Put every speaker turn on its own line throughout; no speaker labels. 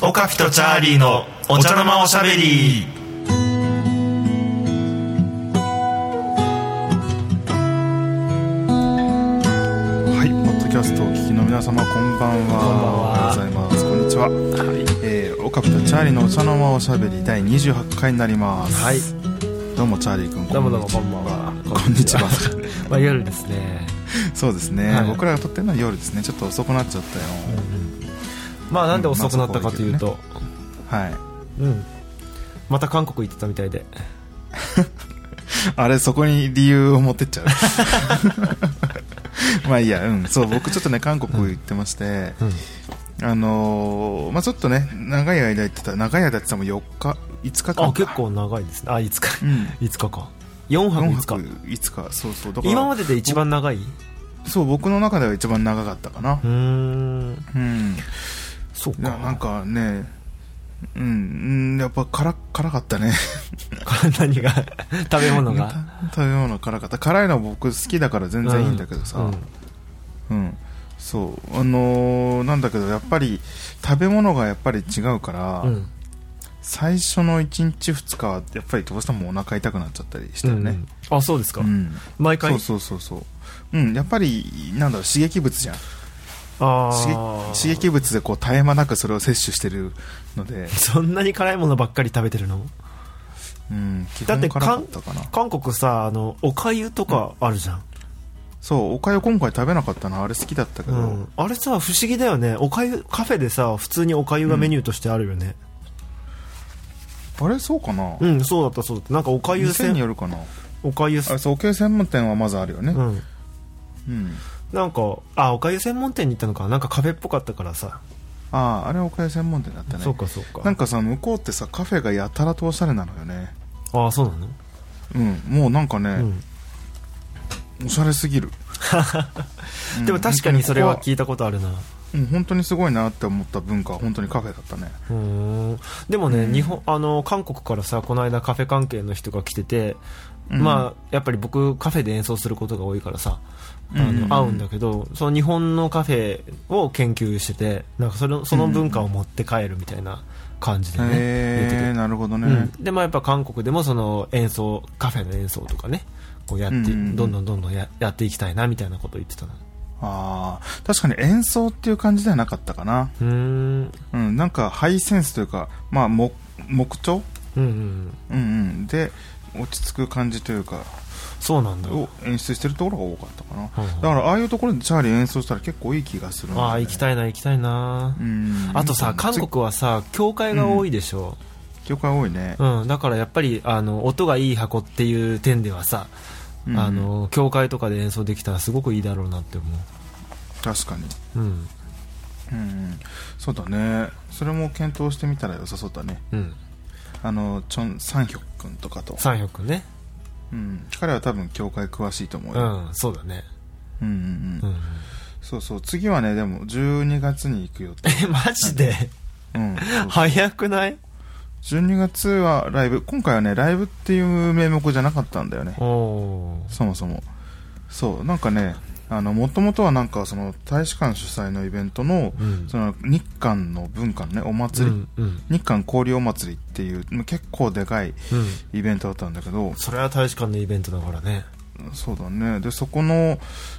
オカピとチャーリーのお茶の間おしゃべり
はい、ポッドキャストをお聞きの皆様こんばんはおはようございますこんにちは、えー、オカピとチャーリーのお茶の間おしゃべり第28回になります
はい
どうもチャーリー君
どうもどうも
こ
こ
ん
ん
ば
ば
ん
ん
は
は
こんにちは
まあ夜ですね、
そうですね、
はい
僕らが撮ってるのは夜ですねちょっと遅くなっちゃったよ、
まあなんで遅くなったかというと、
はい
うんまた韓国行ってたみたいで
あれそこに理由を持ってっ ちゃう まあいいやうんそう僕ちょっとね韓国行ってまして、
うん
あのーまあちょっとね長い間行ってた長い間って言っても4日5日間
あ結構長いですねあ5日
うん
5日か4泊
4
5
泊
日
5日そうそうだから
今までで一番長いう
そう僕の中では一番長かったかな
ーん
うん
そうか
いやなんかねうんうんやっぱ辛辛かったね
何が食べ物が
食べ物辛かった辛いのは僕好きだから全然いいんだけどさ、
うん
うん、そうあのーなんだけどやっぱり食べ物がやっぱり違うから、
うん
最初の1日2日はやっぱりどうしてもお腹痛くなっちゃったりしたよ
う
ね
んあそうです
う
か、
ん、
毎回
そうそうそうそううんやっぱりなんだろう刺激物じゃん
あ
刺
ー
激刺激物でこう絶え間なくそれを摂取してるので、
そんなに辛いものばっかり食べてるの
うん、基
だっ
本
て
辛
かん
かったかな
韓国さあのおかゆとかあるじゃん、
そうおかゆ今回食べなかったなあれ好きだったけ
う
ど、
ん、あれさ不思議だよねおかゆカフェでさ普通におかゆがメニューとしてあるよね
あれそうかな、
うん、そうだったそうだったなんかおかゆ
店に
専
よるかな
おかゆ
あそうおかゆ専門店はまずあるよね
うん
うん
なんかあおかゆ専門店に行ったのかなんかカフェっぽかったからさ、
あああれはおかゆ専門店だったね
そうかそうか
なんかさ向こうってさカフェがやたらとおしゃれなのよね
ああそうなの
うんもうなんか
う
ね、
ん
おしゃれすぎる、うん
でも確かにそれ
本
は
当に
聞いたことあるな
ここはうん本当にすごいなって思った文化は本当にカフェだったね
うーんでもね、日本あの韓国からさこの間カフェ関係の人が来てて、
うん
まあやっぱり僕カフェで演奏することが多いからさあ
うんうんうん
の会うんだけどその日本のカフェを研究しててなんかそれその文化を持って帰るみたいな感じでね、言って
へ
て
えなるほどね、
うん、でまあやっぱ韓国でもその演奏カフェの演奏とかねこうやって、
うんうんうん
どんどんどんどんややっていきたいなみたいなことを言ってたな
ああ確かに演奏っていう感じではなかったかな
うーん
うん、なんかハイセンスというか、まあ、も木調、
うんうん
うんうん、で落ち着く感じというか
そうなんだ
を演出してるところが多かったかな、
はいはい
だからああいうところでチャーリー演奏したら結構いい気がするんだよね
ああ行きたいな行きたいな、
うん
あとさ韓国はさ教会が多いでしょ、
教会多いね
うんだからやっぱりあの音がいい箱っていう点ではさ、
うん
あの教会とかで演奏できたらすごくいいだろうなって思
確かに
ううん
うんうんそうだねそれも検討してみたら良さそうだね
うん
あのチョン・サンヒョク君とかと、
三百ね
うん、彼は多分教会詳しいと思う
う
よ、
んそうだね
うん、うんうん
うん
そうそう次はねでも12月に行くよ
えマジ で
うんそうそう
早くない
12月はライブ今回はねライブっていう名目じゃなかったんだよね
おお
そもそもそうなんかねあの元々はなんかその大使館主催のイベントの,、
うん
その日韓の文化のねお祭り、
うんうん
日韓交流お祭りっていうまあ結構でかい
うん、
イベントだったんだけど
それは大使館のイベントだからね
そうだねでそこの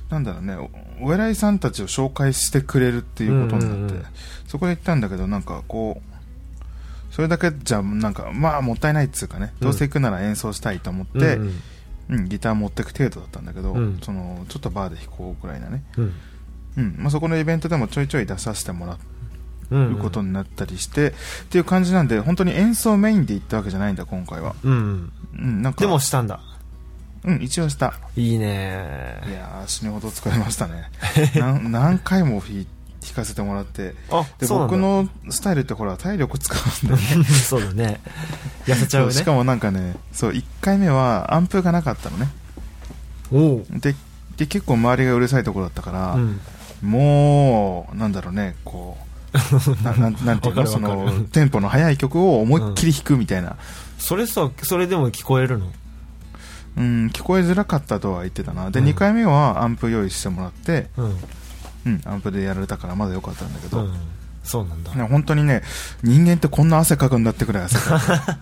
なんだろうねおお偉いさんたちを紹介してくれるっていうことになって、
うんうんうん
そこで行ったんだけどなんかこうそれだけじゃなんかまあもったいないっつうかね、
うん
どうせ行くなら演奏したいと思って、
う
うん
ん
ギター持ってく程度だったんだけど、
うん
そのちょっとバーで弾こうぐらいなね、
うん
うんまあ、そこのイベントでもちょいちょい出させてもら
うんうん
うことになったりして、っていう感じなんで本当に演奏メインで行ったわけじゃないんだ今回は、
うんうん
うん、なんか
でもしたんだ
うん一応した
いいね
いやー死ぬほど疲れましたね なん何回も弾弾かせてもらって
あ
で
そうなんだ
僕のスタイルってほら体力使うんだよね
そうだね痩せちゃう
そう
ね
しかもなんかねそう1回目はアンプがなかったのね
おお
でで結構周りがうるさいところだったから、
うん
もうなんだろうねこ うななんなんていうの
わか
そ
るわかる
のテンポの速い曲を思いっきり弾くみたいな、
それさそれでも聞こえるの
うん、聞こえづらかったとは言ってたなで、
うん
2回目はアンプ用意してもらって、
うん
うん、アンプでやられたからまだ良かったんだけど、
うんそうなんだ
ね本当にね、人間ってこんな汗かくんだってくらい汗か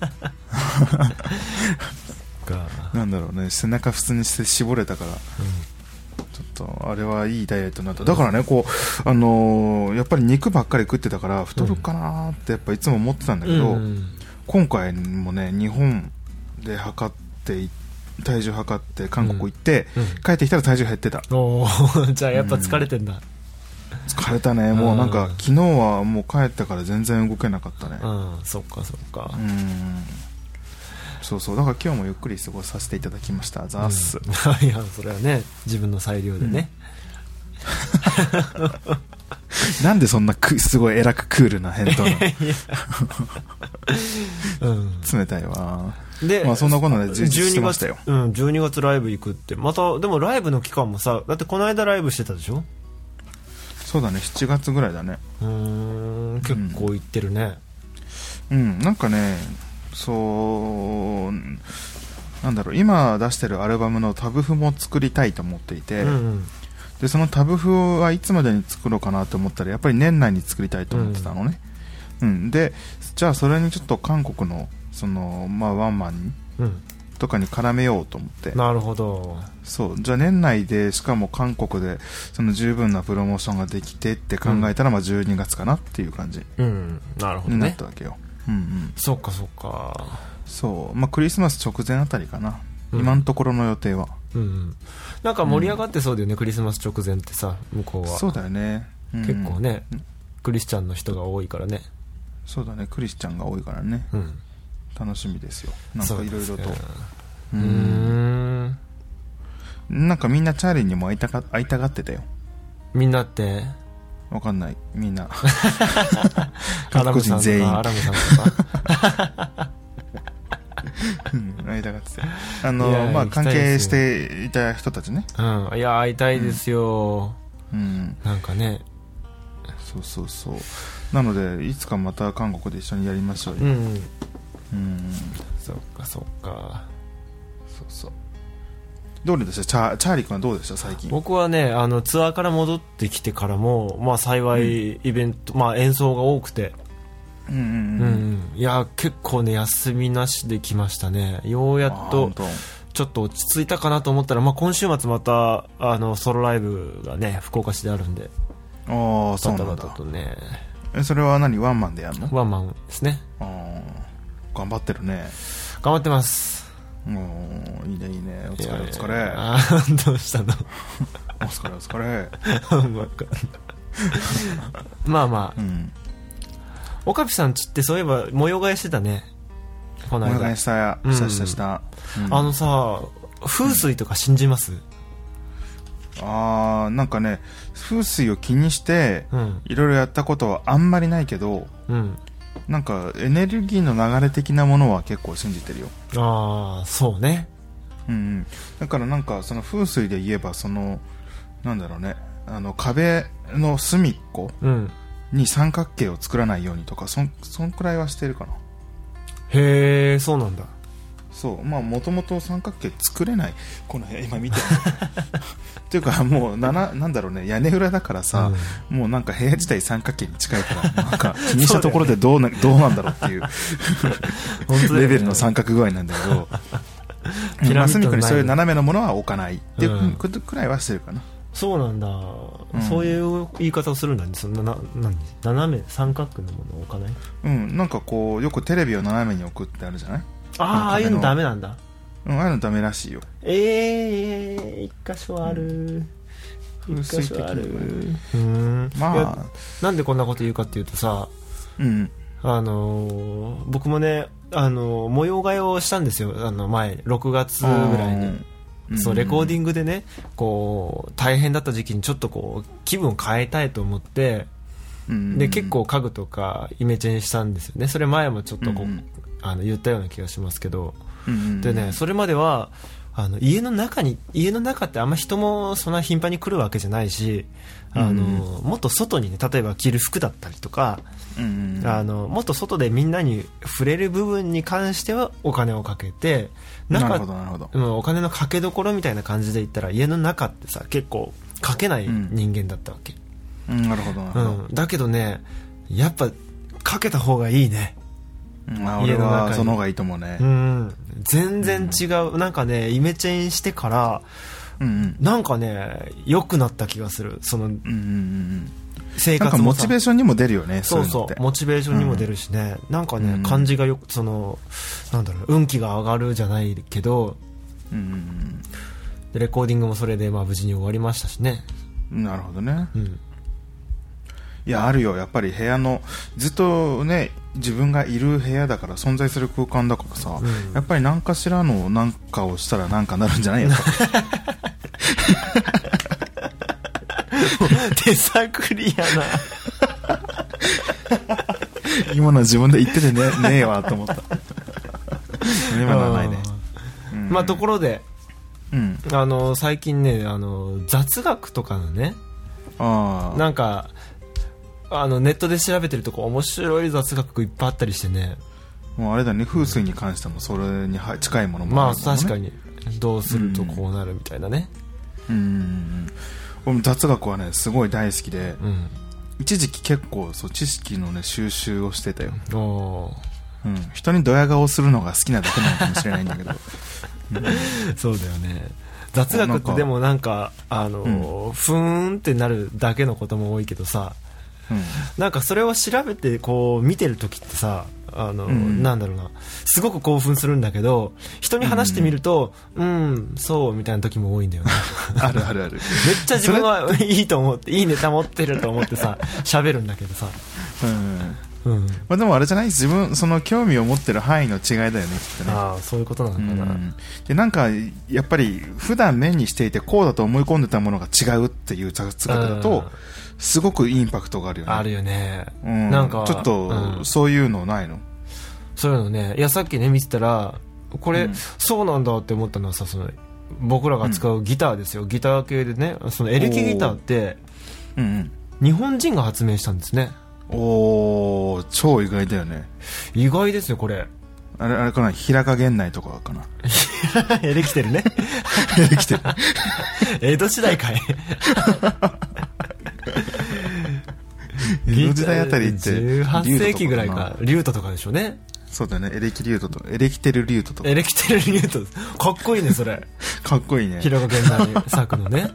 が
く。なんだろうね、背中普通にして絞れたから。ちょっと、あれはいいダイエットになった。だからね、こう、あのーやっぱり肉ばっかり食ってたから、太るかなーってやっぱいつも思ってたんだけど、
うん
今回もね、日本で測ってい、体重測って韓国行って、
うん
帰ってきたら体重減ってた。
おーじゃあやっぱ疲れてんだ
疲れたね、もうなん
うん
か、昨日はもう帰ったから全然動けなかったね。
うんそっかそっか
うんそうそうだから今日もゆっくり過ごさせていただきましたザース、
うんいやそれはね自分の裁量でね、
なんでそんなくすごい偉くクールな返 答な
うん
の冷たいわ
で、
まあそんなことで充実してました
月
よ
うん、12月ライブ行くってまたでもライブの期間もさだってこの間ライブしてたでしょ
そうだね7月ぐらいだね
うーん結構行ってるね、
うんなんかねそうなんだろう今出してるアルバムのタブ譜も作りたいと思っていて、
うんうん
でそのタブ譜はいつまでに作ろうかなと思ったらやっぱり年内に作りたいと思ってたのね、うんでじゃあそれにちょっと韓国のその、まあ、ワンマンに
うん
とかに絡めようと思って
なるほど
そうじゃあ年内でしかも韓国でその十分なプロモーションができてって考えたら、まあ12月かなっていう感じ
うんなるほど
にな
ね
ったわけよ、うんうん
そっかそっか
そうまあクリスマス直前あたりかな、
うん
今のところの予定は
うんなんか盛り上がってそうだよね、クリスマス直前ってさ向こうは
そうだよね、うん
結構ね、クリスチャンの人が多いからね
そうだねクリスチャンが多いからね
うん
楽しみですよなんかいろいろと
そうですね
う
うー
ん
ん
なんかみんなチャーリーにも会いたか会いたがってたよ
みんなって
わかんないみ んな
アラ
韓
ム
国人
さんと
全員
かアラムさんとか
うん会いたがってたよあ
いや
のまあ
行きた
関
いで
係
す
し
よ
ていた人たちね
うん、いや会いたいですよ、
うん
なんかね
そうそうそうなのでいつかまた韓国で一緒にやりましょうよ
う、ん
うん、
そっかそっか
そうそうどうでしたチャーチャーリー君はどうでした最近
僕はねあのツアーから戻ってきてからも、まあ、幸いイベント、まあ、演奏が多くて、
うんうんう
う
ん
んいや結構ね休みなしで来ましたねようや
あ
っと
本当
ちょっと落ち着いたかなと思ったら、まあ、今週末またあのソロライブがね福岡市であるんで
ああそう
バタ
な
バ
ん
タ
だ
とね
えそれは何ワンマンでやるの
ワンマンですね
あー頑張ってるね
頑張ってます
うんいいねいいねお疲れお疲
いやい
れ
やあー どうしたの
お疲れお疲れ
わかんないまあま
う
あ
ん
オカピさんちってそういえば模様替えしてたねこ
お
の
願
間
いした
うん
したしたした、うん
あのさ風水とか信じます
あーなんかね風水を気にして
うん
いろいろやったことはあんまりないけど
うん
なんかエネルギーの流れ的なものは結構信じてるよ、
ああそうね
うんうん、だからなんかその風水で言えばそのなんだろうねあの壁の隅っこ
うん
に三角形を作らないようにとかそんそんくらいはしてるかな
へえそうなんだ
そうまあもともと三角形作れないこの部屋今 見てるっていうかもうなななんだろうね屋根裏だからさ、もうなんか部屋自体三角形に近いからなんか気にしたところでどうなどうなんだろうっていう
本当だよね
レベルの三角具合なんだ けど
ピラミッドのない
まあ隅っこにそういう斜めのものは置かないっていう
うん
ことくらいはしてるかな、
そうなんだ、
ん
そういう言い方をするんだねそんなな何斜め三角のものを置かない
うん、なんかこうよくテレビを斜めに置くってあるじゃない、
ああああいうのダメなんだ
うん、ああいうのダメらしいよ
ええ一箇所ある、
うん
一箇所あ
風
る
水
うーんいや
まあ
なんでこんなこと言うかっていうとさ
うん
あのー僕もね、あのー模様替えをしたんですよあの前6月ぐらいに、
うん
そうレコーデ
ィ
ィングでねこう大変だった時期にちょっとこう気分を変えたいと思って
ン
で結構家具とかイメチェンしたんですよねそれ前もちょっとこう、
うんうん
あの言ったような気がしますけど、で
で
ねそれまではあの家の中に家の中ってあんま人もそんな頻繁に来るわけじゃないしあの、もっと外にね例えば着る服だったりとか、あのもっと外でみんなに触れる部分に関してはお金をかけて
なるほ
中
どなるほど
うんお金のかけどころみたいな感じで言ったら家の中ってさ結構かけない人間だったわけ、
うんなるほどなる
う
ほ
ん
ど
だけどねやっぱかけた方がいいね
うんあ俺
家の中
は
に
その方がいいと思うね
うん全然違う、なんかねイメチェンしてから
うんうん
なんかね良くなった気がするその
うんうんうんう
生
んなん
活
か
も
モ
さ
チベーションにも出るよねそ
そうう
いうの
そ
って
うモチベーションにも出るしね、なんかね、
うん
感じがよくそのなんだろう運気が上がるじゃないけど
うんうん
でレコーディングもそれでまあ無事に終わりましたしね
うんなるほどね
うん
いやあるよやっぱり部屋のずっとね自分がいる部屋だから存在する空間だからさ、
うん
やっぱり何かしらの何かをしたら何かなるんじゃないやっ ぱ
手探りやな
今のは自分で言ってて ねねえわと思った 今のはないね、うん
まあところで
うん
あの最近ねあの雑学とかのね
ああ
なんかあのネットで調べてるとこ面白い雑学いっぱいあったりしてね
もうあれだね風水に関してもそれには近いものも
ま
あ
あ
るもんね
確かにどうするとこうなるみたいなね
うんうんうん俺も雑学はねすごい大好きで
うん、
一時期結構そう知識のね収集をしてたよ
お
うん、人にドヤ顔するのが好きなだけなのかもしれないんだけど
ー そうだよね雑学
な
っ
ん
て
か
でもなんかあのー、ふーんってなるだけのことも多いけどさ
うん
なんかそれを調べてこう見てる時ってさあの、
うん
なんだろうなすごく興奮するんだけど人に話してみるとうん、そうみたいな時も多いんだよね
あるあるある
めっちゃ自分はいいと思っていいネタ持ってると思っ てさ喋るんだけどさ、
うん
うん、
まあ、でもあれじゃない自分その興味を持ってる範囲の違いだよねきっとね
ああそういうことなの
う
かな、
ん、でなんかやっぱり普段目にしていてこうだと思い込んでたものが違うっていう雑学だ
うん
とすごくインパクトがあるよね
あるよね、
うん、
なんか
ちょっ
う
と
ん
そういうのないの、
そういうのねいやさっきね見てたらこれ、
うん
そうなんだって思ったのはさその僕らが使うギターですよ、ギター系でねそのエレキギターって
うん
日本人が発明したんですね
うん、おー超意外だよね
意外ですよこ れ
あれあれかな平賀源内とか かな
エレキてる ね
で きてる
江戸時代かい
江戸時代あたりって
18世紀ぐらい
竜斗と
か
か
リュートとかでしょうね
そうだよねエレキリュートとエレキテルリュートとか
エレキテルリュートかっこいいねそ れ
かっこいいね
平賀源内作のね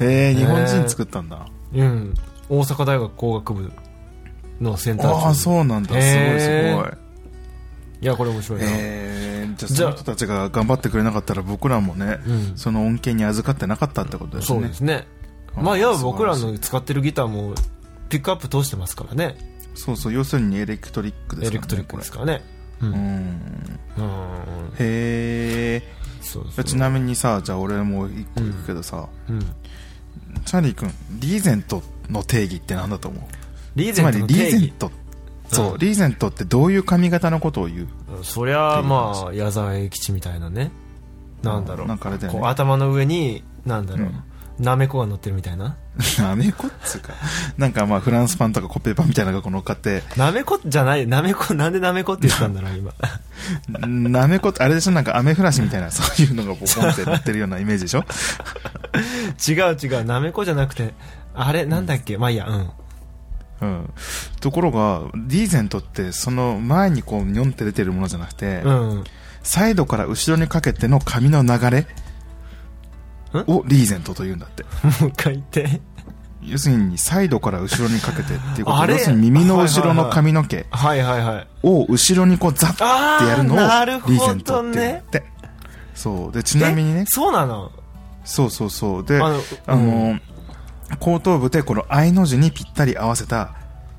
へえ日本人作ったんだ、
うん大阪大学工学部のセンター
ああそうなんだすごい
へ
す
ー
ごい
いやこれ面白いな、
えー、じゃあ
じ
そ
ゃあ
の人たちが頑張ってくれなかったら僕らもね、
うん
その恩恵に預かってなかったってことです
そう
ね
ですね
うん
まあいわば僕ら
素晴ら
の使ってるギターもピックアップ通してますからね
そうそう要するにエレクトリックですからね
エレクトリックです
か
からねう
うんん
うん
へえ
そう
じ
そ
ゃあ
う
ちなみにさじゃあ俺も一個行くけどさ、
うん
チャーリー君リーゼントの定義って何だと思う
リー
つ
ゼ
ま
ント
り
の
リ
定
ーゼン
義
トそう、
うん
リーゼントってどういう髪型のことを言う
そりゃまあ矢沢永吉みたいなねなんだろう
なんかあれだよ
こ
ね
う頭の上になんだろ
うん
うなめこが乗ってるみたいな
なめこっつうか。なんかまあフランスパンとかコッペパンみたいなのがこう乗っかって、
なめこじゃないなめこなんでなめこって言ったんだろ う今
なめこって、あれでしょなんか雨降らしみたいな、 そういうのがボコンってなってるようなイメージでしょ
違う違うなめこじゃなくてあれなんだっけまあいいやうん
うん。ところが、リーゼントってその前にこうニョンって出てるものじゃなくて、
うん
サイドから後ろにかけての髪の流れをリーゼントと言うんだって。
もう一回言って
要するに、サイドから後ろにかけてっていうこと
あれ
要するに耳の後ろの髪の毛
はいはいはい
を後ろにこうザッてやるのを
あーなるほどね
リーゼントって言うんだって。そう。で、ちなみにね
え、そうなの
そうそうそう。で、
あ
あ
の
の、後頭部でこの I の字にぴったり合わせた、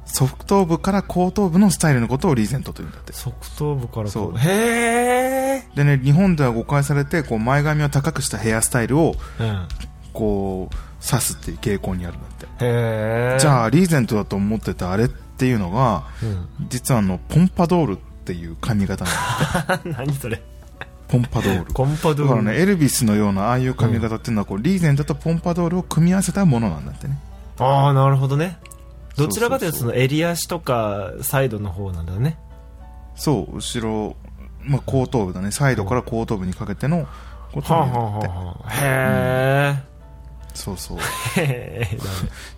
側頭部から後頭部のスタイルのことをリーゼントというんだって。
側頭部からこ
そう
へえ
でね、日本では誤解されて、こう前髪を高くしたヘアスタイルを、
うん
こう、指すっていう傾向にあるんだって。
へえ
じゃ
あ、
あ、リーゼントだと思ってたあれっていうのが、
うん、
実はあの、ポンパドールっていう髪型 なんだ。
何それ
ポンパドール。
コンパ
だ
ドゥ
か
ー
らね、エルビスのようなああいう髪型っていうのは、こう、リーゼントとポンパドールを組み合わせたものなんだってね。
ああなるほどねどちらかというと
そ
そう
そうそう
の襟足とかサイドの方なんだね
そう、後ろ、まあ、後頭部だね。サイドから後頭部にかけてのこと
はあ
を
は
言うん
あ
だって
はあはあへ
そうそう
ダ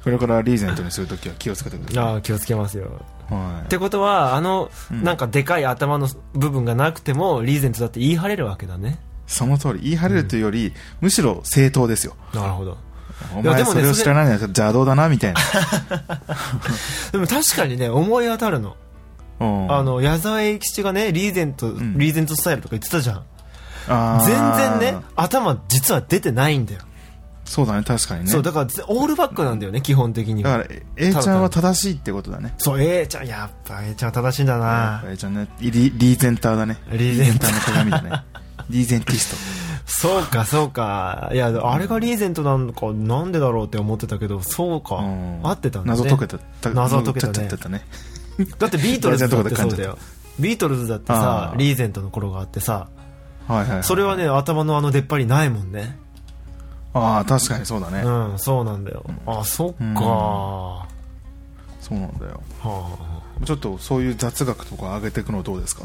これからリーゼントにするときは気をつけてくだ
メ
さ
ああ気をつけますよ
いは
っ
い
てことはあの、
うん
なんかでかい頭の部分がなくてもリーゼントだって言い張れるわけだね
その通り言い張れるというより、むしろ正当ですよ
なるほど
お
いや
前
でもね
それを知らないのは邪道だなみたい な
でも確かにね思い当たるの
うん
あの矢沢永吉がねリーゼント、
ん
リーゼントスタイルとか言ってたじゃん
あー
全然ね頭実は出てないんだよ、
そうだね確かにね
そう
だ
だからぜオールバックなんだよね基本的には
からえ A ちゃんは正しいってことだね
そう A ちゃんやっぱ A ちゃんは正しいんだな、
A ちゃんねリリーゼンターだね
リーゼンター
リーゼンターの鏡だ ねリーゼンティスト
そうかそうかいやあれがリーゼントなのかなんでだろうって思ってたけどそうか、
うん
合ってたんだ、ね、
謎解けたた
謎解けたね
ちゃっちゃったね
だってビートル ズだってそ
い
うだ
やじゃあ
よビートルズだってさ
あー
リーゼントの頃があってさ
はいはい、はい、
それはね頭のあの出っ張りないもんね
ああ確かにそうだね、
うんそうなんだよあそっか
う
ー
ん
は
そうなんだよ
あ
ちょっとそういう雑学とか上げていくのどうですか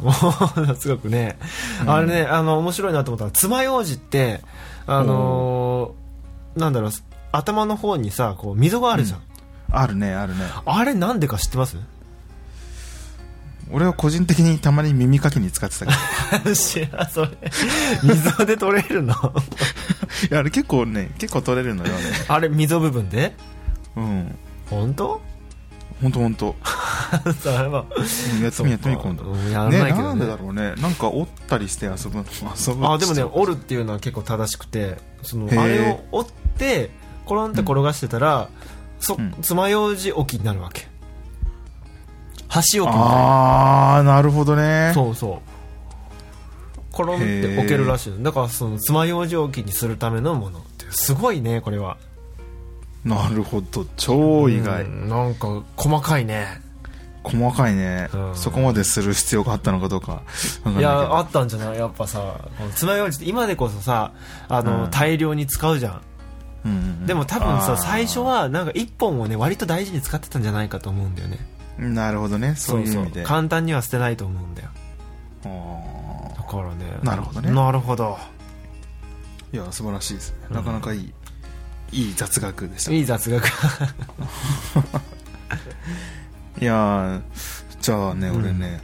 すごくね、あれねあの面白いなと思ったら爪楊枝ってあのーなんだろう頭の方にさこう溝があるじゃん、
あるねあるね
あれなんでか知ってます
俺は個人的にたまに耳かきに使ってた けど
知らんそれ溝で取れるの
いやあれ結構ね結構取れるのよね
あれ溝部分で
うん
本当
本当本当。
それは
うんやってみやってみ今
そ
度
うかうん
ね
やらないけどね
なんでだろうねなんか折ったりして遊ぶの遊ぶ
あでもね折るっていうのは結構正しくてその
へー
あれを折ってコロンって転がしてたら、そ
うん
爪楊枝置きになるわけ箸置きみたい
ああなるほどね
なそうそうコロンって置けるらしいのだからその爪楊枝置きにするためのものっていうすごいねこれは
なるほど超意外
うんなんか細かいね
細かいね
うん
そこまでする必要があったのかどうかわかんないけ
い
ど
やあったんじゃないやっぱさこの爪楊枝って今でこそさあの、
うん
大量に使うじゃん
うんうんうん
でも多分
あ
さ
ー
最初はなんか1本をね割と大事に使ってたんじゃないかと思うんだよね
なるほどねそういう意味で
簡単には捨てないと思うんだよ
あー
だからね
なるほどね
なるほど
いや素晴らしいですね
うん
なかなかいいいい雑学でした
い
い
い 雑学
やーじゃあね
うん
俺ね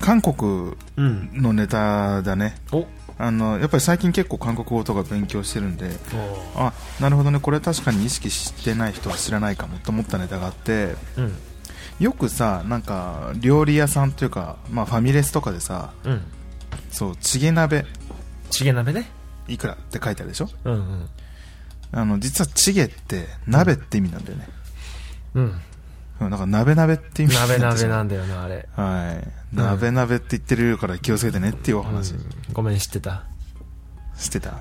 韓国
うん
のネタだね
お
あのやっぱり最近結構韓国語とか勉強してるんであなるほどねこれ確かに意識してない人は知らないかもと思ったネタがあって
うん
よくさなんか料理屋さんというか、まあ、ファミレスとかでさ
うん
そうチゲ鍋
チゲ鍋ね
いくらって書いてあるでしょ
うんうん
あの実はチゲって鍋って意味なんだよね、
うん
うん、なんか鍋鍋って意味
鍋鍋なんんだよなあれ
はい
うん
鍋鍋って言ってるから気をつけてねっていうお話
うんごめん知ってた
してた、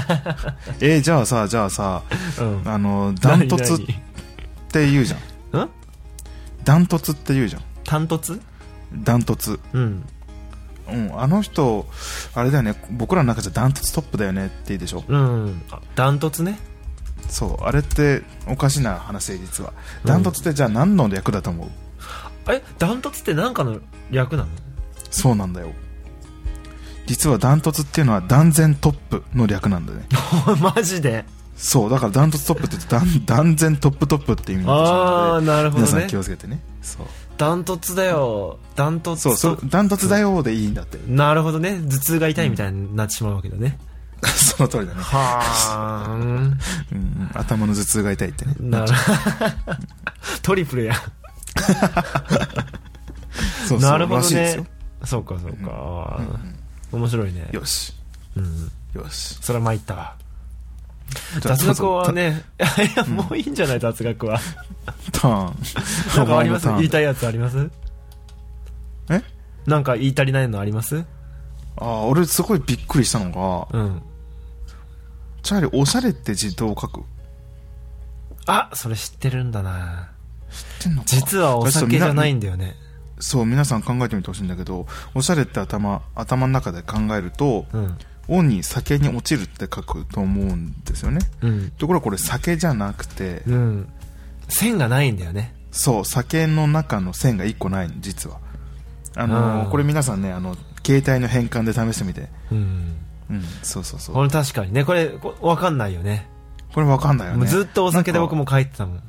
えじゃあさじゃあさ
うん
あのダントツっ
何
て言うじゃん
何ん
ダントツって言うじゃ
単突
んダントツ
うん
うんあの人あれだよね僕らの中じゃダントツトップだよねって言うでしょ
うんダントツね
そうあれっておかしな話で実は
うん
ダントツってじゃあ何の略だと思う、
えダントツって何かの略なの
そうなんだよ実はダントツっていうのは断然トップの略なんだ ね
マジで
そうだからダントツトップって言うと断断然トップトップっていう意味になってしまう
あ
の
あ
で
ーなるほ
皆
ど
さ
ね
ん気をつけてねそう
ダントツだよダントツ
そうそうダントツだよーでいいんだって
なるほどね頭痛が痛いみたいになってしまうわけだね、
その通りだね、
はあ
うんうん、頭の頭痛が痛いってね
なる トリプルや
そうそう
なるほ
ら
ど
しいです
ね
よ
そうかそうか、面白いね
よし
うん
よし
それは参ったわ
じゃあ
雑学はねいや いやもういいんじゃない雑学は
ターン
なんかありま
お
す
前の
言
ターン
いたいやつあります
え
なんか言い足りないのあります
ああ俺すごいびっくりしたのが
うん
チャーリーおしゃれって字どう書く
あそれ知ってるんだな
知ってんのか
実はお酒じゃないんだよね
そう皆さん考えてみてほしいんだけどおしゃれって頭頭の中で考えると
うん
「お」に「酒に落ちる」って書くと思うんですよね
うん
ところがこれ酒じゃなくて
うん線がないんだよね
そう酒の中の線が1個ないの実はあの
うん
これ皆さんねあの携帯の変換で試してみて
うん
うんそうそうそう
これ確かにねこれこわかんないよね
これわかんないよ
もう
ね
ずっとお酒で僕も書いてたもん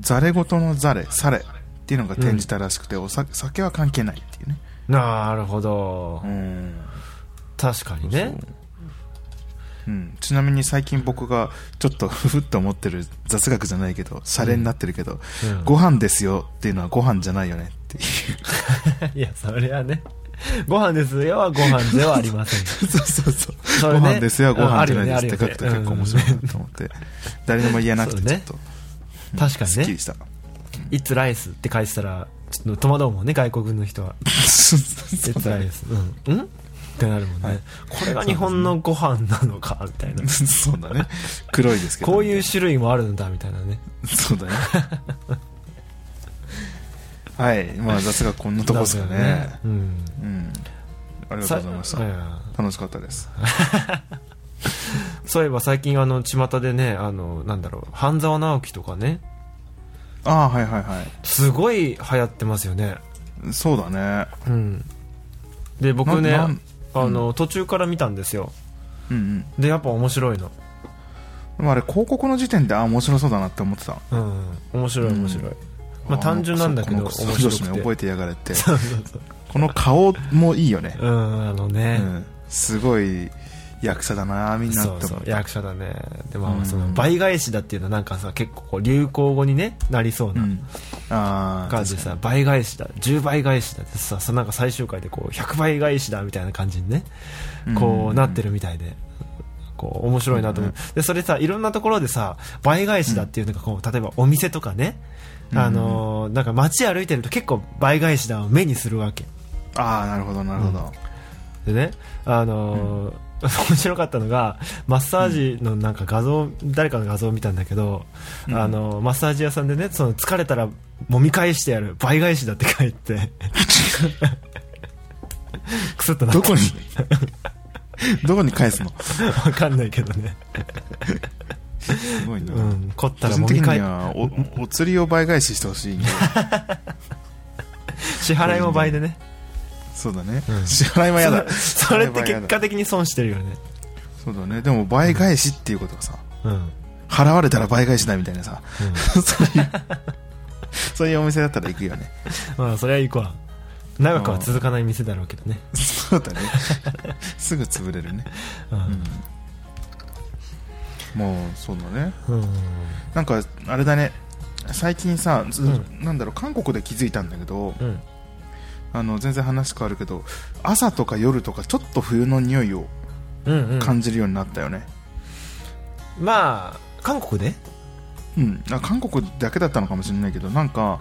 ザレごとのザレサレっていうのが転じたらしくて、お酒酒は関係ないっていうね
なるほど、
うん
確かにね
うん、ちなみに最近僕がちょっとふふっと思ってる雑学じゃないけど、シャレになってるけど、
うん
ご飯ですよっていうのはご飯じゃないよねってい
いやそれはねご飯ですよはご飯ではありません
う。そうそうそう。
それ
ご
ね
飯ですよご飯じゃないですって
う
書く
んあるよね
と結構面白いなと思って、誰にも言えなくてちょっと、
確かに
すっき
ね
りした。
「いつライス」って書いてたらちょっと戸惑うもんね外国の人は「いつライス」うん、うんってなるもんね、
はい
これが日本のご飯なのかみたいな、
そうだね。黒いですけど。
こういう種類もあるんだみたいなね
そうだね。はい。まあ雑学こんなとこですかね。
だようん
うん。ありがとうございました。
さいや
楽しかったです。
そういえば最近あの巷でねあのなんだろう半沢直樹とかね
ああ、はいはいは
すごい流行ってますよね
い。そうだね。
うんで僕ね
ななん
あの、途中から見たんですよ
うんうん。
でやっぱ面白いの
でもあれ広告の時点であ面白そうだなって思ってた
うん面白い面白い、まあ単純なんだけど面
面白
白
い
くて
覚えてやがれって
そうそうそう
この顔もいいよね、
うんあの
う
ね、
ん、すごい役者だなみんな
そ
っ
う
て
そ
思
う
った
役者だねでも、
うん
その倍返しだっていうのはなんかさ結構こう流行語に、ね、なりそう
う
なん
ああ
感じでさ倍返しだ10倍返しだってささなんか最終回でこう100倍返しだみたいな感じにねこうなってるみたいで。こう面白いなと思う、でそれさいろんなところでさ倍返しだっていうのがこう例えばお店とかね、あのーなんか街歩いてると結構倍返しだを目にするわけ
ああなるほどなるほど、
でねあのー 面白かったのがマッサージのなんか画像、誰かの画像を見たんだけど、あのーマッサージ屋さんでねその疲れたら揉み返してやる倍返しだって書い てくすっとなっ
ど こにどこに返すの
たわかんないけどね、
すごいな、
うん、凝った
個人
ら揉
的
み
に
返
はおお釣りを倍返ししてほしいんで
支払いも倍でね
そうだね、
うん
支払いは嫌だ
それって
支払いは
結
嫌だ
果的に損してるよね
そうだねでも倍返しっていうことはさ
うん
払われたら倍返しだみたいな さ、そういうそういうお店だったら行くよね
まあそれはいい子は長くは続かない店だろうけどね
そうだねすぐ潰れるね
うん
もうそうだね
うん
なんかあれだね最近さ、ずなんだろう韓国で気づいたんだけど
うん
あの全然話変わるけど朝とか夜とかちょっと冬の匂いを
うんうん
感じるようになったよね、
まあ韓国で
うんあ韓国だけだったのかもしれないけどなんか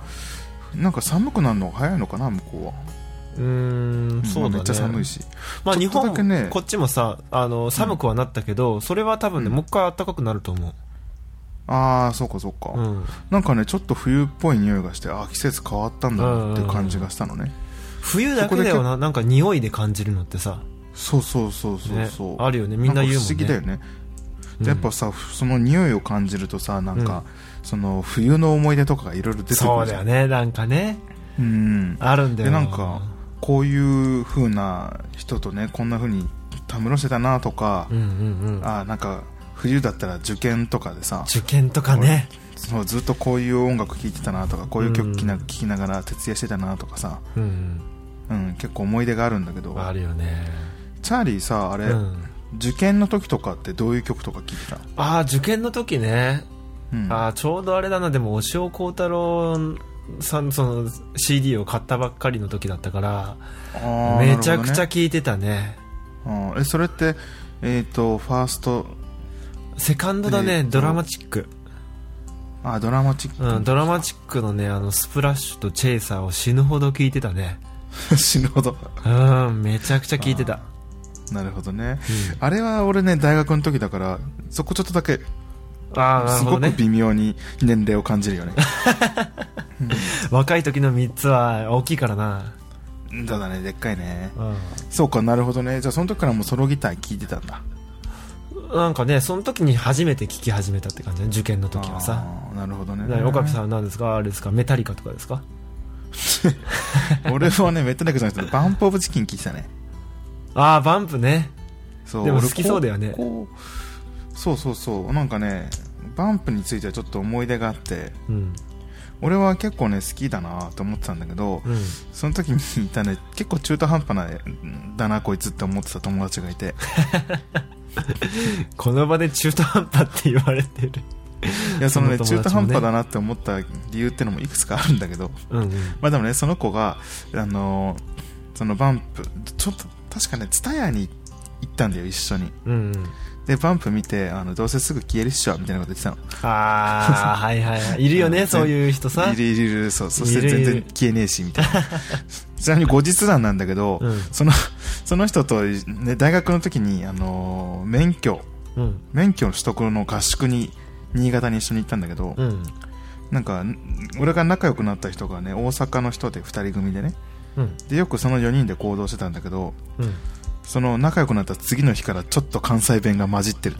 なんか寒くなるのが早いのかな向こうは
うーんそうだね
まあめっちゃ寒いし
まあ
ち
日
ょっと
本
だけね
こっちもさあの寒くはなったけど、それは多分ね、
うん
もう一回暖かくなると思
ああそうかそうか、
ううん
なんかねちょっと冬っぽい匂いがしてあ季節変わったんだなっていう感じがしたのね、
冬だけで
そこ
は
だ
ななんか匂いで感じるのってさ、
そうそうそうそう
ね
そう、
あるよねみんな言うも
か
んね
不思議だよね、
うん
でやっぱさその匂いを感じるとさなんか、
うん
その冬の思い出とかがいろいろ出てくるじゃん
そうだよねなんかね
うん
あるんだ
で
よ
なんかこういう風な人とねこんな風にたむろしてたなとか、
うんうんうん
あなんか冬だったら受験とかでさ
受験とかね
そうずっとこういう音楽聴いてたなとかこういう曲聴きな,、
うん
きながら徹夜してたなとかさ、
うん
うん、結構思い出があるんだけど
うんあるよね
チャーリーさあれ、
うん
受験の時とかってどういう曲とか聴いてたの、
ああ受験の時ね
うん、
あーちょうどあれだなでも押尾幸太郎さんその CD を買ったばっかりの時だったから
あー
めちゃくちゃ
なる
聞いてたね
ほどねあーえそれってえっ、とファースト
セカンドだね、
えーと
ドラマチック、
あドラマチック、
うん、ドラマチックのねあのスプラッシュとチェイサーを死ぬほど聞いてたね
死ぬほど
うんめちゃくちゃ聞いてた
なるほどね、あれは俺ね大学の時だからそこちょっとだけ
ああーな
す
るほ
ご
ど
く
ね
微妙に年齢を感じるよね
若い時の3つは大きいからな
ただねでっかいね
う
そうかなるほどねじゃあその時からもうソロギター聴いてたんだ
んなんかねその時に初めて聞き始めたって感じだね受験の時はさ
あーなるほどね
だから岡部さんは何ですかあれですかメタリカとかですか
俺はねめったなくじゃなくてバンプオブチキン聴いてたね
ああバンプね
そう
でも好きそうだよね
俺高校そうそうそうなんかねバンプについてはちょっと思い出があって
うん
俺は結構ね好きだなと思ってたんだけど、
うん
その時にいたね結構中途半端なうんだなこいつって思ってた友達がい て
この場で中途半端って言われてる
いやそのね
そ
中
の友達もね
途半端だなって思った理由ってのもいくつかあるんだけど
うんうん
まあでもねその子があのーそのバンプちょっと確かね蔦屋に行ったんだよ一緒に
うんうん
でバンプ見てあのどうせすぐ消えるっしょみたいなこと言ってたの
ああはいはいはいいるよねそういう人さ
いるいるいるそうそし
い
て
るい
全
る
然消えねえしみたいな ちなみに後日談なんだけど、
うん
そのその人と、ね、大学の時に、あのー免許
うん
免許の取得の合宿に新潟に一緒に行ったんだけど、
うん
なんかん俺が仲良くなった人がね大阪の人で2人組でね
うん
でよくその4人で行動してたんだけど
うん
その仲良くなった次の日からちょっと関西弁が混じってる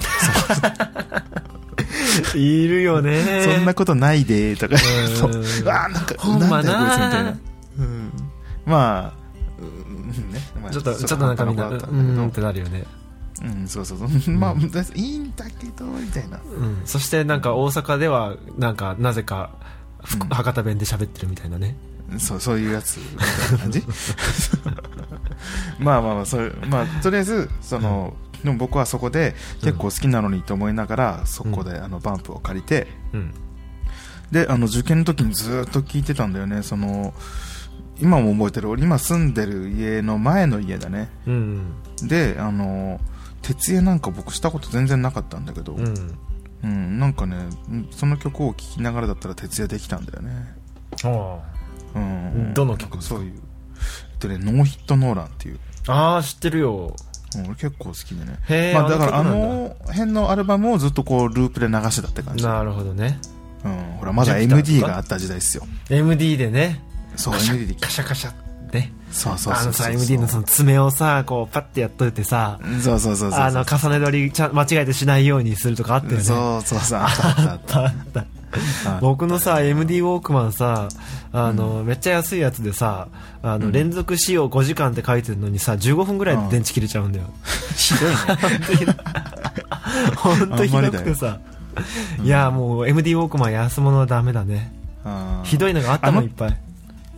いるよね
そんなことないでーとか 言
う
うんとあーなんか
ほんま
なん
な
だよこいつみたいな、うん、まあうんね、まあ
ちょっとちょっとなんかみんなう
半端
ん
な子
う
だ
ん
っん
った
だ
てなるよね
けどうんそうそうそう まあいいんだけどみたいな
うんそしてなんか大阪ではなんかなぜかふく
うん
博多弁で喋ってるみたいなね
そう、そういうやつみたいな感じ まあまあまあ、それ、まあ、とりあえず、その、でも僕はそこで結構好きなのにと思いながら、そこであのバンプを借りて、
うん
で、あの受験の時にずーっと聞いてたんだよね、その、今も覚えてる、俺今住んでる家の前の家だね。
うん
で、あの、徹夜なんか僕したこと全然なかったんだけど、う、
うんん
なんかね、その曲を聴きながらだったら徹夜できたんだよね。
あ
うん、
どの曲
なんかそういうえっとねノーヒットノーランっていう、
あー知ってるよ
うん、俺結構好きでね
へえ
まあ、だからあ
あの曲なんだ
の辺のアルバムをずっとこうループで流してたって感じ、うん、
なるほどね
ほらまだ
ジュピターとか
MD があった時代ですよ
MD でね
そう MD で
カシャカシャね
そうそう
あ
そう
の
そう
さ MD のその爪をさこうパッてやっといてさ
そうそうそうそう
あの重ね取りちゃん間違えてしないようにするとかあったよね
そうそうそうあったあったあっ
あった
た
僕のさ MD ウォークマンさあの、めっちゃ安いやつでさあの、連続使用5時間って書いてるのにさ15分ぐらいで電池切れちゃうんだよ、
ひどいね
本当ひどくてさ、いやもう MD ウォークマン安物はダメだね、
あー
ひどいのがあった
あ
も
の
んいっぱい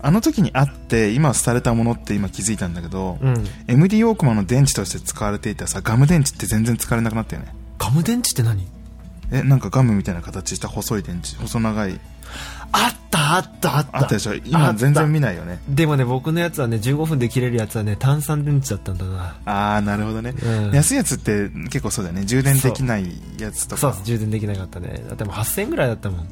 あの時にあって今廃れたものって今気づいたんだけど、
うん
MD ウォークマンの電池として使われていたさガム電池って全然使われなくなったよね
ガム電池って何
えなんかガムみたいな形した細い電池細長い
あったあったあった
あったでしょ今全然見ないよね
でもね僕のやつはね15分で切れるやつはね炭酸電池だったんだな
ああなるほどね、
うん
安いやつって結構そうだよね充電できないやつと
そう
か
充電できなかったねだってもう8000円ぐらいだったもん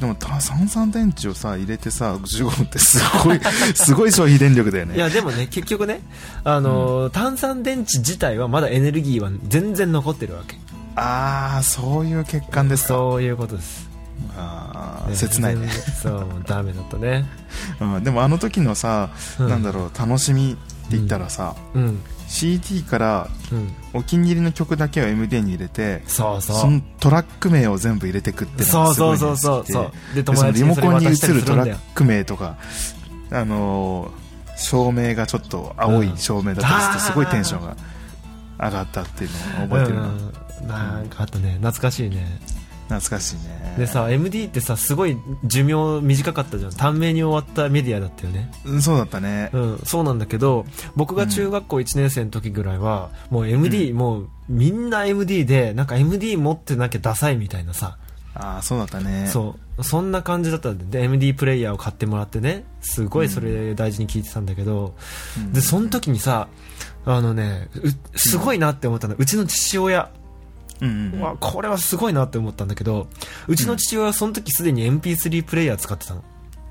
でも炭酸電池をさ入れてさ15分ってすごい すごい消費電力だよ
い
ね
やでも ね結局ねあのー、炭酸電池自体はまだエネルギーは全然残ってるわけ
ああそういう欠陥ですか
そういうことです、
あー切ないね
全、然そうもうダメだったね
うん、でもあの時のさ、
うん
なんだろう楽しみって言ったらさ、
うん
CD から
うん
お気に入りの曲だけを MD に入れて
そうそう
そのトラック名を全部入れてくっての
そ
が
う
すごい
そう
ね
そうそ
好
う
きで
そうで
でそのリモコンに映るトラ
だよ
ック名とか、あのー照明がちょっと青い照明だったりして、
うん
すごいテンションが上がったっていうのを覚えてるな、
うんなんかあったね懐かしいね
懐かしいね
でさ MD ってさすごい寿命短かったじゃん短命に終わったメディアだったよね
うんそうだったね、
うん、そうなんだけど僕が中学校1年生の時ぐらいは、もう MD、もうみんな MD でなんか MD 持ってなきゃダサいみたいなさ、
ああそうだったね
そうそんな感じだったんでで MD プレイヤーを買ってもらってねすごいそれ大事に聞いてたんだけど、
うん
でその時にさあのねうすごいなって思ったのうちの父親
うんうん
はこれはすごいなって思ったんだけどうちの父親はその時すでに MP3 プレイヤー使ってたの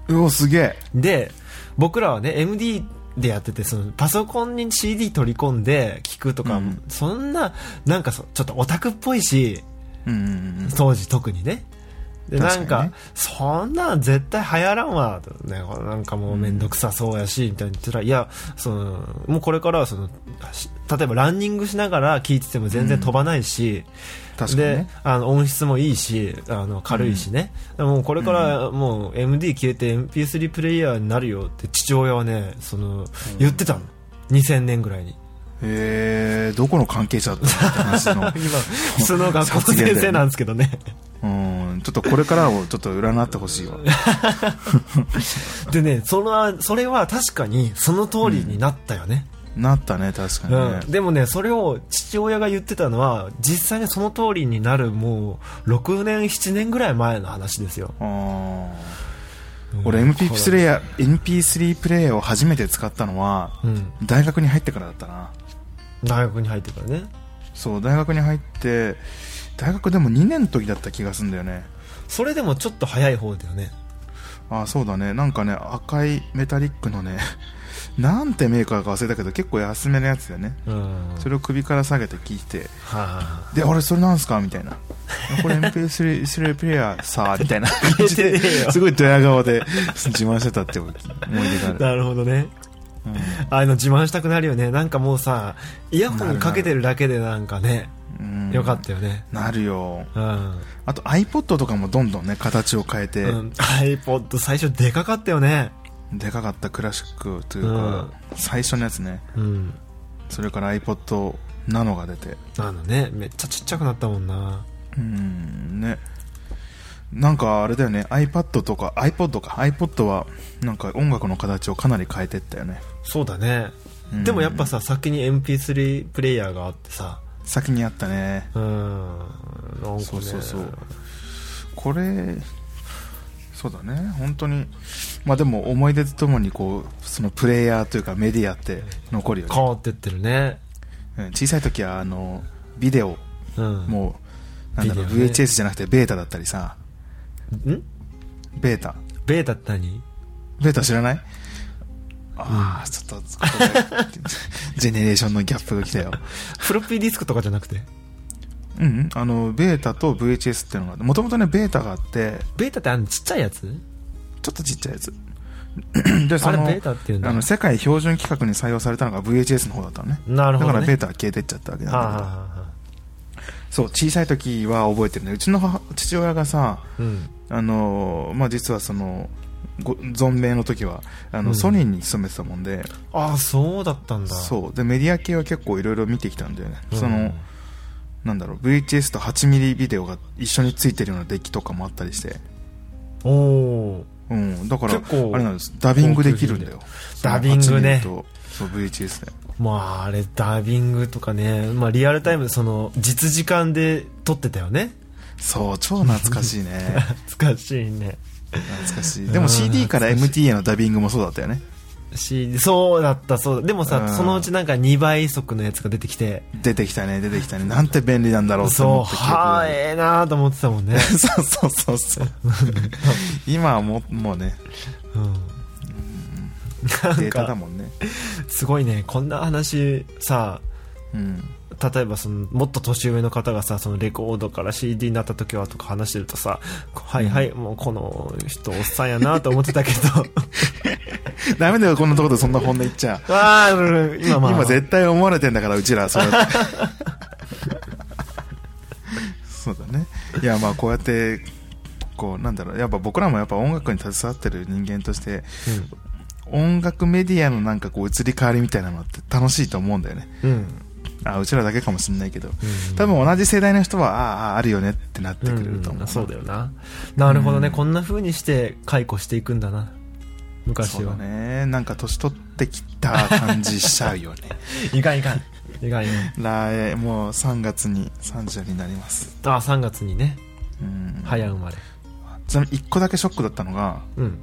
うおすげえ
で僕らはね MD でやっててそのパソコンに CD 取り込んで聞くとか、
うん
そんななんかそちょっとオタクっぽいし
うんうんうん
当時特にねで
確か
な
に
ん
ね
かそんなん絶対流行らんわとねなんかもう面倒くさそうやしみたいに言ってたらいやそのもうこれからはそのし例えばランニングしながら聞いてても全然飛ばないし、
確かにね
であの音質もいいしあの軽いしね、もうこれからもう MD 消えて MP3 プレイヤーになるよって父親はねその言ってたの2000年ぐらいに
へえー、どこの関係者だったのって話の。
今、普通の学校の先生なんですけどね。
うん、ちょっとこれからをちょっと占ってほしいわ。
でね、その、それは確かにその通りになったよね。
なったね、確かに
う
ね。
ん。でもね、それを父親が言ってたのは、実際にその通りになるもう、6年、7年ぐらい前の話ですよ。
あー俺 MP3 プレイヤー、MP3 プレイヤーを初めて使ったのは、
うん。
大学に入ってからだったな。
大学に入ってからね。
そう、大学に入って、大学でも2年の時だった気がするんだよね。
それでもちょっと早い方だよね。
あーそうだね。なんかね、赤いメタリックのね、 なんてメーカーか忘れたけど、結構安めのやつだよね。
うん。
それを首から下げて聞いて、
は
で、俺それなんすかみたいな。これ MP3 スレプレイヤーさ、みたいな感じで
言えてねえ、よ
すごいドヤ顔で自慢してたって思い出があ
あ。
る。
なるほどね。ああいうの自慢したくなるよね。なんかもうさ、イヤホンかけてるだけでなんかね、
うん
よかったよね。
なるよ。
うん。
あと iPod とかもどんどんね、形を変えて、
うん、iPod 最初でかかったよね。
でかかったクラシックというか、最初のやつね。
うん。
それから iPod ナノが出て。
あのね、めっちゃちっちゃくなったもんな。
うん、ね。なんかあれだよね、iPad とか iPod か。iPod はなんか音楽の形をかなり変えてったよね。
そうだね。
うん
でもやっぱさ、先に MP3 プレイヤーがあってさ、
先にあったね。
うん。なんかね、
そうそうそうこれそうだね本当にまあでも思い出とともにこうそのプレイヤーというかメディアって残るよね
変わってってるね。
うん小さい時はあのビデオ
うん。
もうなんだろう、
ビデオね
VHS じゃなくてベータだったりさ
ん
ベータ
ベータって何
ベータ知らないああ、ちょっと、ここで ジェネレーションのギャップが来たよ。
フロッピーディスクとかじゃなくて。
うんうん、あの、ベータと VHS っていうのがあって、もともとね、ベータがあって、
ベータってあのちっちゃいやつ
ちょっとちっちゃいやつ。 で、そ
あれ
の、
ベータっていうんだ。
あの世界標準規格に採用されたのが VHS の方だったのね
なるほど、ね。
だからベータは消えてっちゃったわけなんだ
は
け
あ
ど
はあはあはあ
そう小さい時は覚えてるねうちの母父親がさ
うん。
あのーまあ実はそのご存命の時はあの、
うん
ソニーに勤めてたもんで
ああ、そうだったんだ。
そうでメディア系は結構いろいろ見てきたんだよね、
うん
そのなんだろう VHS と 8mm ビデオが一緒についてるようなデッキとかもあったりして
おお
うん、だから
結構
あれなんですダビングできるんだよ
ダビングね
その 8mm とそう VHS で
まああれダビングとかね、まあ、リアルタイムその実時間で撮ってたよね
そう超懐かしいね
懐かしいね
懐かしい
うん
でも CD から MT へのダビングもそうだったよね
しそうだったそうだでもさ、
うん
そのうちなんか2倍速のやつが出てきて
出てきたね出てきたねなんて便利なんだろうと
そ
思
う
った記憶が
は
あ
あ
る、
ええなーと思ってたもんね
そうそうそうそう今はもうもうね
うん、
データだも んね
すごいねこんな話さ
うん
例えばそのもっと年上の方がさそのレコードから CD になった時はとか話してるとさはいはい、もうこの人おっさんやなと思ってたけど
ダメだよこんなとこでそんな本音言っちゃ
ああうん今まあ
今絶対思われてんだからうちらそう そうだねいやまあこうやってこうなんだろうやっぱ僕らもやっぱ音楽に携わってる人間として音楽メディアのなんかこう移り変わりみたいなのって楽しいと思うんだよね
うん、うん
あうちらだけかもしれないけど、
ん
多分同じ世代の人はああああるよねってなってくれると思う、
んそうだよななるほどね、
うん
こんな風にして解雇していくんだな昔
そう
は、
だねなんか年取ってきた感じしちゃう よね
いかんいかんいかんい
来もう3月に30になります
かんあ3月にね
うん、
早生まれ
ちなみに1個だけショックだったのが
うん、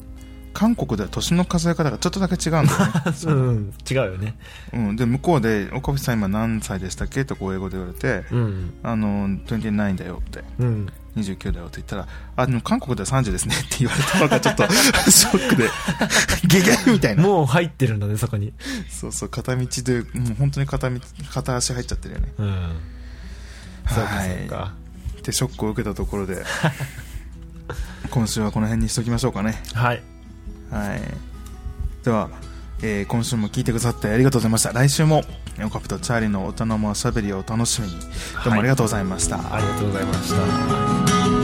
韓国では年の数え方がちょっとだけ違うんだ よね、
うん、違うよね
うん、で向こうで「岡部さん今何歳でしたっけ?」とこう英語で言われて
うん
「あの29だよ」って
うん
29だよって言ったら、あ、でも韓国では30ですねって言われたのがちょっ とショックで、ゲゲみたいな。
もう入ってるんだねそこに
そうそう、片道で、もう本当に片道、片足入っちゃってるよね。
うんそうか
はい
そうか
ってショックを受けたところ で、今週はこの辺にしときましょうかね。
はい
はい。では、えー今週も聞いてくださってありがとうございました。来週も、オカピとチャーリーのおたのまおしゃべりをお楽しみに。どうもありがとうございました。
ありがとうございました